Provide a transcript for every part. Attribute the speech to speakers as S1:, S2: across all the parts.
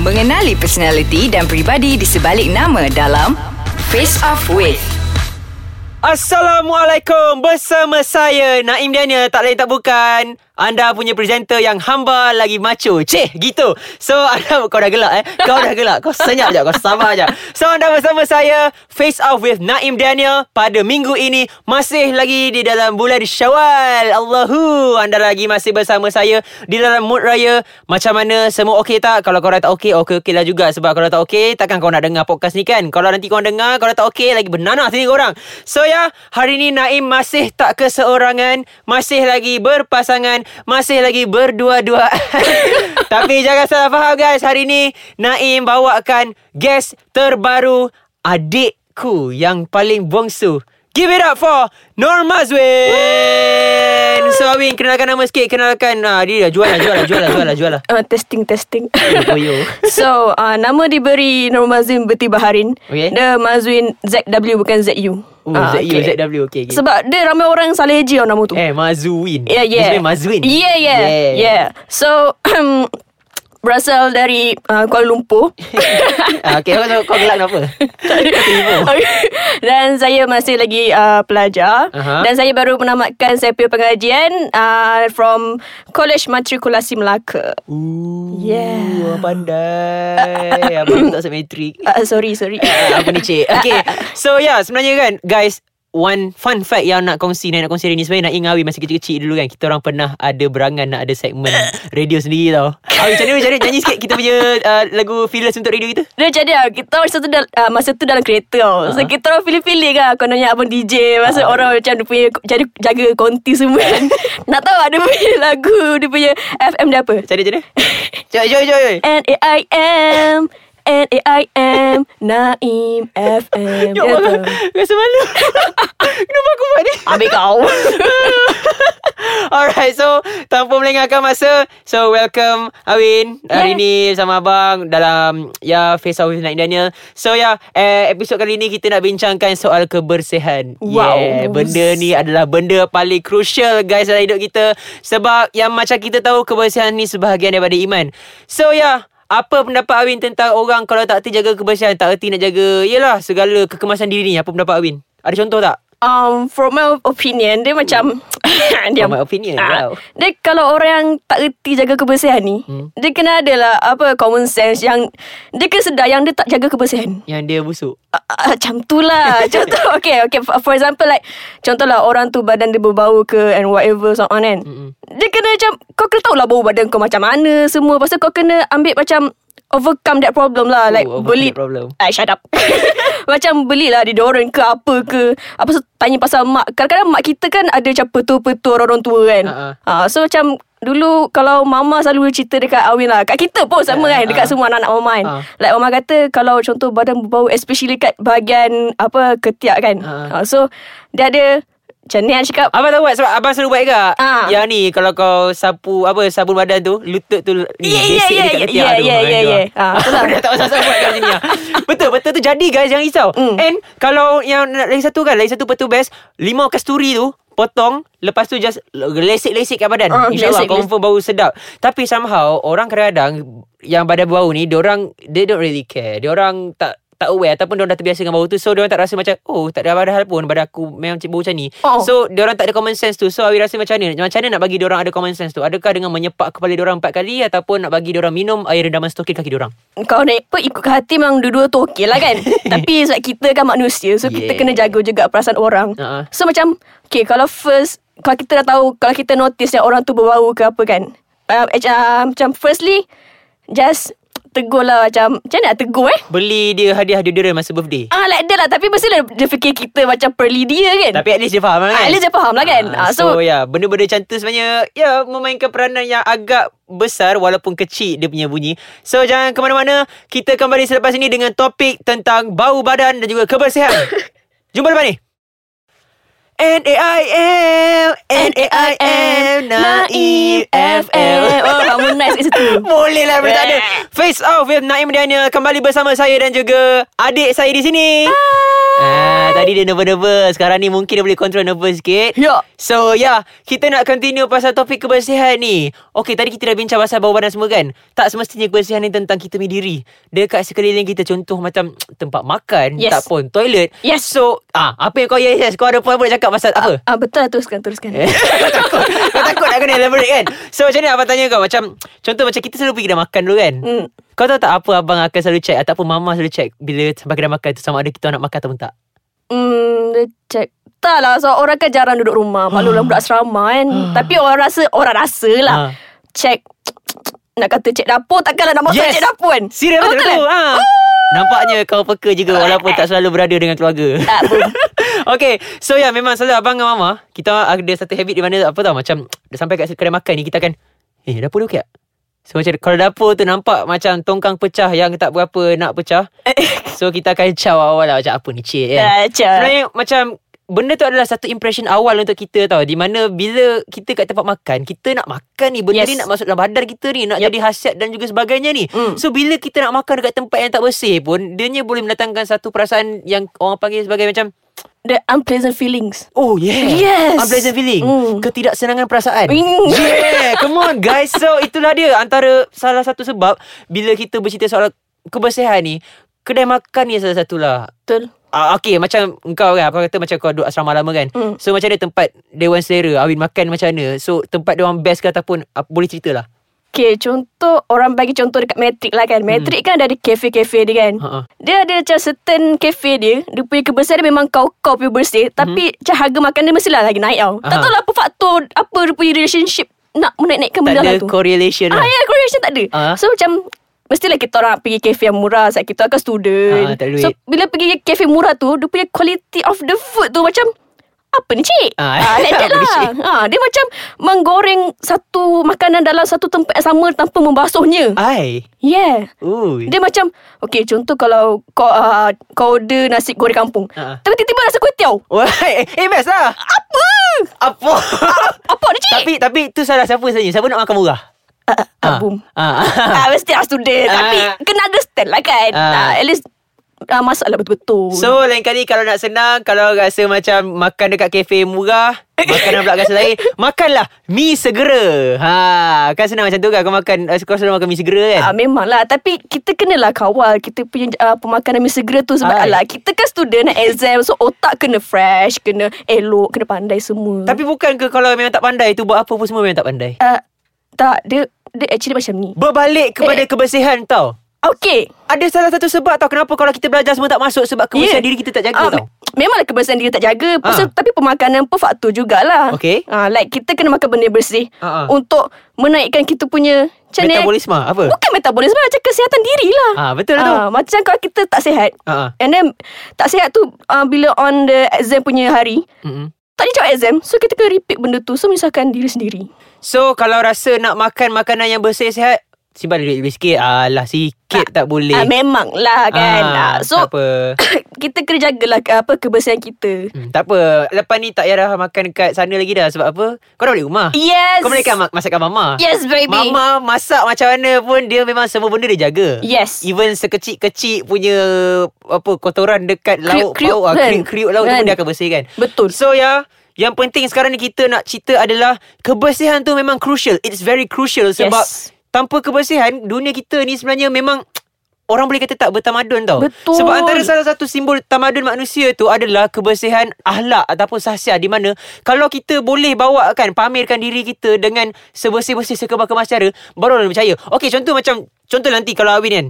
S1: Mengenali personaliti dan pribadi di sebalik nama dalam Face Off With.
S2: Assalamualaikum Bersama saya Naim Daniel Tak lain tak bukan Anda punya presenter yang hamba Lagi macho Cih gitu So anda Kau dah gelak eh Kau dah gelak Kau senyap je Kau sabar je So anda bersama saya Face off with Naim Daniel Pada minggu ini Masih lagi di dalam bulan Syawal Allahu Anda lagi masih bersama saya Di dalam mood raya Macam mana Semua okey tak Kalau korang tak okey Okey-okey lah juga Sebab kalau tak okey Takkan kau nak dengar podcast ni kan Kalau nanti korang dengar Kalau tak okey Lagi bernanah sini korang So ya Hari ni Naim masih tak keseorangan Masih lagi berpasangan Masih lagi berdua-dua Tapi jangan salah faham guys Hari ni Naim bawakan Guest terbaru Adikku yang paling bongsu Give it up for Norma Zwin So Awin kenalkan nama sikit Kenalkan ah, Dia dah jual lah jual lah jual lah jual lah jual lah
S3: Uh, testing, testing.
S2: Koyo
S3: so, uh, nama diberi Nur Mazwin Beti Baharin.
S2: Okey.
S3: Dia Mazwin ZW bukan ZU.
S2: Oh,
S3: Ah,
S2: ZU, ZW, okey, okey.
S3: Sebab dia ramai orang salah heji tau nama tu.
S2: Eh Mazuin
S3: Yeah, yeah.
S2: Dia sebenarnya Mazuin
S3: Yeah, yeah. Yeah. yeah. So, berasal dari uh, Kuala Lumpur.
S2: ah, Okay kau, kau gelak kenapa
S3: Okay. Dan saya masih lagi uh,
S2: Aha.
S3: pelajar uh-huh. Dan saya baru menamatkan Saya punya pengajian uh, From College Matrikulasi Melaka
S2: Ooh,
S3: Yeah.
S2: Pandai Abang tak semetrik
S3: uh, Sorry, sorry
S2: Ah, Apa ni cik Okay So ya yeah, sebenarnya kan Guys One fun fact yang nak kongsi Nak, nak kongsi hari ni Sebenarnya nak ingat Awi Masa kecil-kecil dulu kan Kita orang pernah ada berangan Nak ada segmen radio sendiri tau Awi macam mana macam mana Nyanyi sikit kita punya uh, Lagu fearless untuk radio kita
S3: Dia macam dia Kita orang masa tu, dal, uh, masa tu dalam kereta tau
S2: Ah.
S3: So kita orang pilih-pilih kan Kononnya abang DJ Masa orang macam dia punya jaga, jaga konti semua kan Nak tahu ada punya lagu Dia punya FM dia apa
S2: Macam mana macam mana Jom jom jom jom.
S3: N-A-I-M N-A-I-M Naim FM
S2: Ya Allah Rasa malu Kenapa aku buat ni
S3: Ambil kau
S2: Alright so Tanpa melengahkan masa So welcome Awin Hari
S3: Yes.
S2: ni sama abang Dalam Ya Face Off with Night Daniel So ya yeah, eh, Episod kali ni kita nak bincangkan Soal kebersihan
S3: Wow.
S2: yeah, Benda ni adalah Benda paling crucial guys Dalam hidup kita Sebab yang macam kita tahu Kebersihan ni sebahagian daripada iman So ya yeah, apa pendapat Awin tentang orang kalau tak erti jaga kebersihan, tak erti nak jaga yalah segala kekemasan diri ni. Apa pendapat Awin? Ada contoh tak?
S3: um, From my opinion Dia macam dia, Ah,
S2: From my opinion, lah. wow.
S3: Dia kalau orang yang Tak erti jaga kebersihan ni hmm. Dia kena adalah Apa common sense Yang Dia kena sedar Yang dia tak jaga kebersihan
S2: Yang dia busuk.
S3: Ah, ah, Macam tu lah Contoh okay, okay for- For example like Contoh lah orang tu Badan dia berbau ke And whatever so on kan
S2: Mm-mm.
S3: Dia kena macam Kau kena tahu lah Bau badan kau macam mana Semua Lepas tu kau kena ambil macam Overcome that problem lah Like
S2: Oh, overcome
S3: beli
S2: that problem.
S3: Ah, shut up Macam belilah Diorang ke apa ke Apa tu Tanya pasal mak Kadang-kadang mak kita kan Ada macam petua-petua Orang tua kan
S2: Ha, ha.
S3: Ah, So macam Dulu kalau mama selalu cerita dekat Awin lah Kat kita pun sama kan
S2: ha.
S3: Dekat semua anak-anak mama kan
S2: Ha.
S3: Like mama kata Kalau contoh badan berbau Especially kat bahagian Apa ketiak kan
S2: Ha.
S3: Ah, So Dia ada Macam ni yang cakap
S2: Abang tahu buat sebab abang selalu buat ke?
S3: Ah.
S2: Yang ni kalau kau sapu apa sabun badan tu, lutut tu ni
S3: Yeah,
S2: gesek
S3: yeah,
S2: dekat
S3: yeah,
S2: ketiak
S3: yeah,
S2: tu.
S3: yeah,
S2: Ha,
S3: yeah,
S2: itu
S3: yeah.
S2: lah.
S3: Ah, betul lah.
S2: Dah tak pasal buat kat sini. ah. Betul, betul tu jadi guys jangan risau.
S3: Mm.
S2: And kalau yang nak- lagi satu kan, lagi satu petu best, limau kasturi tu potong Lepas tu just Lesik-lesik kat badan
S3: Ah,
S2: InsyaAllah
S3: lesik-lesik.
S2: confirm bau sedap Tapi somehow Orang kadang-kadang Yang badan bau ni Diorang They don't really care Diorang tak tak aware Ataupun diorang dah terbiasa dengan bau tu So diorang tak rasa macam Oh tak ada badan hal pun Badan aku memang macam- bau macam ni
S3: Oh.
S2: So diorang tak ada common sense tu So Awi rasa macam mana Macam mana nak bagi diorang ada common sense tu Adakah dengan menyepak kepala diorang empat kali Ataupun nak bagi diorang minum Air rendaman stokin kaki diorang
S3: Kau naik apa Ikut ke hati Memang dua-dua tu okey lah kan Tapi sebab kita kan manusia So
S2: Yeah.
S3: kita kena jaga juga Perasaan orang
S2: Ha, ha.
S3: So macam Okay kalau first Kalau kita dah tahu Kalau kita notice Yang orang tu berbau ke apa kan uh, uh, Macam firstly Just Tegur lah macam Macam mana nak tegur eh
S2: Beli dia hadiah deodorant masa birthday
S3: Ah like dia lah Tapi mestilah dia fikir kita Macam perli dia kan
S2: Tapi at least dia faham lah kan
S3: Ah, at least dia faham lah kan?
S2: Ah,
S3: Ah,
S2: So,
S3: so-
S2: ya yeah, Benda-benda macam tu sebenarnya Ya yeah, memainkan peranan yang agak besar Walaupun kecil dia punya bunyi So jangan ke mana-mana Kita kembali selepas ini dengan topik Tentang bau badan dan juga kebersihan Jumpa lepas ni N-A-I-M N-A-I-M Naim FM
S3: Oh harmonize kat situ
S2: Boleh lah Boleh tak
S3: Eh.
S2: ada Face off with Naim Dania Kembali bersama saya dan juga Adik saya di sini Ah, tadi dia nervous-nervous Sekarang ni mungkin dia boleh control nervous sikit
S3: Ya.
S2: So ya yeah, Kita nak continue pasal topik kebersihan ni Okay tadi kita dah bincang pasal bau badan semua kan Tak semestinya kebersihan ni tentang kita punya diri Dekat sekeliling kita Contoh macam tempat makan
S3: Yes.
S2: Tak pun toilet
S3: Yes.
S2: So ah, Apa yang kau yes, yes Kau ada point boleh cakap pasal apa
S3: Ah betul lah teruskan teruskan.
S2: Eh, kau takut Kau takut nak kena elaborate kan So macam ni abang tanya kau Macam Contoh macam kita selalu pergi kedai makan dulu kan
S3: Hmm.
S2: Kau tahu tak apa abang akan selalu check Ataupun mama selalu check Bila sampai kedai makan tu Sama ada kita nak makan ataupun tak
S3: Hmm, dia check. Tak lah, so orang kan jarang duduk rumah. Maklumlah budak asrama kan. Tapi orang rasa, orang rasa lah.
S2: Ah.
S3: Check. Nak kata cek dapur, takkanlah nak makan
S2: Yes.
S3: cek dapur kan.
S2: Serius
S3: Ah,
S2: betul
S3: kan?
S2: tu ha. Nampaknya kau peka juga Walaupun tak selalu berada dengan keluarga
S3: Tak pun.
S2: Okay So ya yeah, memang selalu abang dengan mama Kita ada satu habit di mana Apa tau macam Dah sampai kat kedai makan ni Kita akan Eh dapur dia okey tak? So macam kalau dapur tu nampak macam tongkang pecah yang tak berapa nak pecah So kita akan caw awal lah macam apa ni cik kan
S3: Dah, cek.
S2: Sebenarnya macam Benda tu adalah satu impression awal untuk kita tau Di mana bila kita kat tempat makan Kita nak makan ni Benda
S3: Yes.
S2: yes. ni nak masuk dalam badan kita ni Nak
S3: Yup.
S2: yep. jadi hasiat dan juga sebagainya ni
S3: Mm.
S2: So bila kita nak makan dekat tempat yang tak bersih pun Dianya boleh mendatangkan satu perasaan yang orang panggil sebagai macam
S3: The unpleasant feelings.
S2: Oh yeah
S3: Yes.
S2: Unpleasant feeling
S3: Mm.
S2: Ketidaksenangan perasaan
S3: Mm.
S2: Yeah Come on guys So itulah dia Antara salah satu sebab Bila kita bercerita soal kebersihan ni Kedai makan ni salah satulah
S3: Betul.
S2: Ah, okay macam engkau kan Apa kata macam kau duduk asrama lama kan
S3: Hmm.
S2: So macam ada tempat Dewan selera Awin makan macam mana So tempat dewan best ke ataupun uh, Boleh cerita lah
S3: Okay, contoh orang bagi contoh dekat Matrix lah
S2: Hmm.
S3: kan. Matrix kan ada ada kafe-kafe dia kan.
S2: Ha-ha.
S3: Dia ada macam certain kafe dia. Dia punya kebersihan dia memang kau-kau punya
S2: Hmm.
S3: bersih. Tapi macam harga makan dia mestilah lagi naik tau. Tak
S2: Aha.
S3: tahu lah apa faktor, apa dia punya relationship nak menaik-naikkan
S2: Tak
S3: benda
S2: ada
S3: lah tu.
S2: correlation
S3: Ah,
S2: lah
S3: ya, correlation tak ada.
S2: Ah.
S3: So macam Mestilah kita orang pergi kafe yang murah Sebab kita orang kan student
S2: Ah, tak ada duit.
S3: So bila pergi kafe murah tu Dia punya quality of the food tu macam Apa ni cik?
S2: Ah,
S3: Ah, like
S2: apa
S3: that
S2: ni,
S3: lah
S2: cik?
S3: ah, Dia macam Menggoreng satu makanan dalam satu tempat yang sama Tanpa membasuhnya
S2: Ai
S3: Yeah
S2: Ui
S3: dia macam Okay contoh kalau Kau, uh, kau order nasi goreng kampung
S2: Ah.
S3: Tapi tiba-tiba rasa kuih tiaw
S2: Wah, eh, eh best lah
S3: Apa?
S2: Apa
S3: Apa ni cik?
S2: Tapi tapi tu salah siapa sebenarnya Siapa nak makan murah
S3: Ah, ah, Boom
S2: ah. ah.
S3: Ah, mesti lah student
S2: Ah.
S3: Tapi kena understand lah kan
S2: Ah.
S3: ah. At least ah, Masak lah betul-betul
S2: So lain kali kalau nak senang Kalau rasa macam Makan dekat kafe murah Makanan pula rasa lain Makanlah Mi segera ha, Kan senang macam tu kan Kau makan Kau selalu makan mi segera kan
S3: Ah, memanglah Tapi kita kenalah kawal Kita punya uh, pemakanan yang segera tu
S2: Ah.
S3: Sebab alah Kita kan student nak exam So otak kena fresh Kena elok Kena pandai semua
S2: Tapi bukan ke kalau memang tak pandai tu buat apa pun semua memang tak pandai.
S3: uh, Tak Dia dia actually macam ni
S2: Berbalik kepada
S3: Eh.
S2: kebersihan tau.
S3: Okay
S2: Ada salah satu sebab tau kenapa kalau kita belajar semua tak masuk sebab kebersihan yeah. diri kita tak jaga
S3: Ah,
S2: tau.
S3: me- Memanglah kebersihan diri tak
S2: Ah.
S3: jaga pasal, Tapi pemakanan pun faktor jugalah
S2: Okey.
S3: Ah, Like kita kena makan benda bersih
S2: Ah, ah.
S3: Untuk menaikkan kita punya Macam ni
S2: Metabolisme apa?
S3: Bukan metabolisme Macam kesihatan diri lah
S2: Ah, betul lah tu.
S3: Ah, Macam kalau kita tak sihat
S2: Ah, ah.
S3: And then Tak sihat tu uh, Bila on the exam punya hari
S2: Mm-mm.
S3: Tak dijawab exam So kita kena repeat benda tu So menyusahkan diri sendiri
S2: So kalau rasa nak makan makanan yang bersih sihat simpan duit lebih sikit. Alah sikit tak, tak boleh.
S3: ah, Memang lah kan ah, So
S2: tak apa.
S3: Kita kena jagalah Apa kebersihan kita
S2: Hmm, tak apa. Lepas ni tak payah dah makan kat sana lagi dah sebab apa? Kau dah balik rumah.
S3: Yes
S2: Kau boleh kan ma- masakkan mama.
S3: Yes baby
S2: Mama masak macam mana pun dia memang semua benda dia jaga.
S3: Yes.
S2: Even sekecil-kecil punya apa kotoran dekat laut
S3: Kriuk-kriuk
S2: pauk ah,
S3: kan?
S2: kriuk-kriuk laut tu
S3: Kan?
S2: pun dia akan bersihkan.
S3: Betul.
S2: So ya, yang penting sekarang ni kita nak cerita adalah kebersihan tu memang crucial. It's very crucial sebab
S3: Yes.
S2: tanpa kebersihan dunia kita ni sebenarnya memang Orang boleh kata tak bertamadun tau
S3: Betul.
S2: Sebab antara salah satu simbol tamadun manusia tu Adalah kebersihan ahlak ataupun sahsia Di mana kalau kita boleh bawa kan Pamerkan diri kita dengan sebersih-bersih sekebal-kebal secara Baru orang percaya Okey contoh macam Contoh nanti kalau Awin kan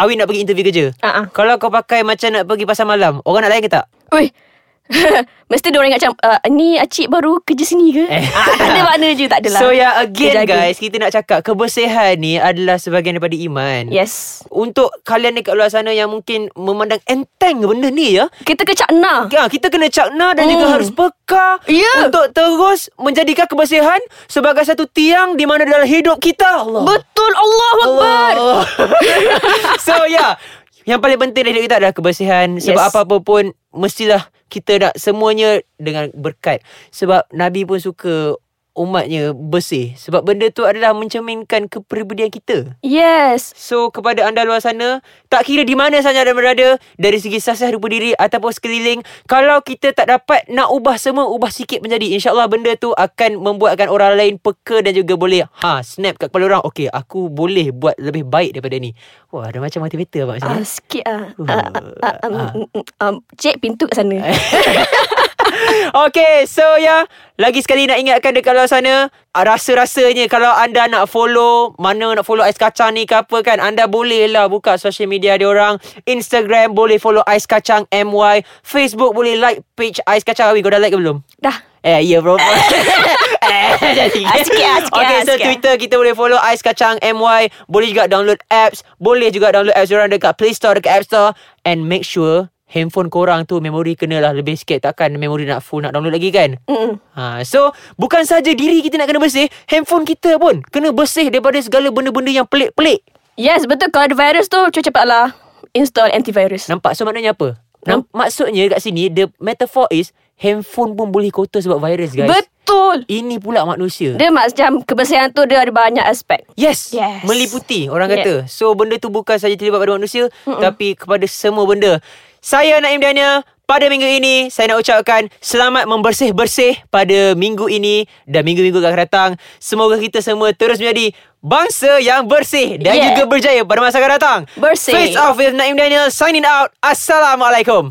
S2: Awin nak pergi interview kerja
S3: Ah, ah.
S2: Kalau kau pakai macam nak pergi pasar malam Orang nak layan ke tak?
S3: Oi. Mesti dia orang ingat macam uh, Ni acik baru kerja sini ke?
S2: Eh.
S3: Ah, tak ada makna je Tak adalah
S2: So yeah again
S3: Dia jaga.
S2: guys Kita nak cakap Kebersihan ni adalah sebahagian daripada iman
S3: Yes
S2: Untuk kalian dekat luar sana Yang mungkin memandang enteng benda ni ya
S3: Kita kena cakna
S2: Ya, kita kena cakna dan juga
S3: Hmm.
S2: harus peka
S3: Ya.
S2: untuk terus menjadikan kebersihan sebagai satu tiang di mana dalam hidup kita. Allah.
S3: Betul Allah Akbar
S2: Allah. so ya, yeah. yang paling penting dari hidup kita adalah kebersihan sebab
S3: Yes.
S2: apa-apa pun mestilah kita nak semuanya dengan berkat. Sebab Nabi pun suka umatnya bersih. Sebab benda tu adalah mencerminkan kepribadian kita.
S3: Yes.
S2: So kepada anda luar sana Tak kira di mana saja anda berada Dari segi sasih rupa diri Ataupun sekeliling Kalau kita tak dapat Nak ubah semua Ubah sikit menjadi InsyaAllah benda tu Akan membuatkan orang lain Peka dan juga boleh Ha snap kat kepala orang Okay aku boleh buat lebih baik daripada ni Wah ada macam motivator abang
S3: Ah,
S2: macam ni
S3: sikit ah.
S2: Eh? Uh,
S3: Ah, ah, ah, um,
S2: ah.
S3: mm, mm, um, Cik pintu kat sana.
S2: Okay so ya yeah. Lagi sekali nak ingatkan dekat luar sana ah, Rasa-rasanya kalau anda nak follow Mana nak follow Ais Kacang ni ke apa kan Anda boleh lah buka social media diorang Instagram boleh follow Ais Kacang MY Facebook boleh like page Ais Kacang Awi kau dah like ke belum?
S3: Dah.
S2: Eh, ya bro. eh,
S3: Ah, sikit, ah, sikit,
S2: Okay,
S3: ah,
S2: so
S3: sikit.
S2: Twitter kita boleh follow Ais Kacang MY. Boleh juga download apps. Boleh juga download apps orang dekat Play Store, dekat App Store. And make sure handphone korang tu memori kenalah lebih sikit. Takkan memori nak full nak download lagi kan?
S3: Mm.
S2: Ha, so bukan saja diri kita nak kena bersih, handphone kita pun kena bersih daripada segala benda-benda yang pelik-pelik.
S3: Yes, betul. Kalau ada virus tu, cepat-cepatlah install antivirus.
S2: Nampak? So maknanya apa? Nam- maksudnya kat sini the metaphor is handphone pun boleh kotor sebab virus guys.
S3: Betul.
S2: Ini pula manusia.
S3: Dia macam kebersihan tu dia ada banyak aspek.
S2: Yes.
S3: Yes.
S2: Meliputi orang
S3: Yeah.
S2: kata. So benda tu bukan saja terlibat pada manusia Mm-mm. tapi kepada semua benda. Saya Naim Dania pada minggu ini saya nak ucapkan selamat membersih-bersih pada minggu ini dan minggu-minggu akan datang. Semoga kita semua terus menjadi bangsa yang bersih dan
S3: Yeah.
S2: juga berjaya pada masa akan datang.
S3: Bersih.
S2: Face off with Naim Daniel signing out. Assalamualaikum.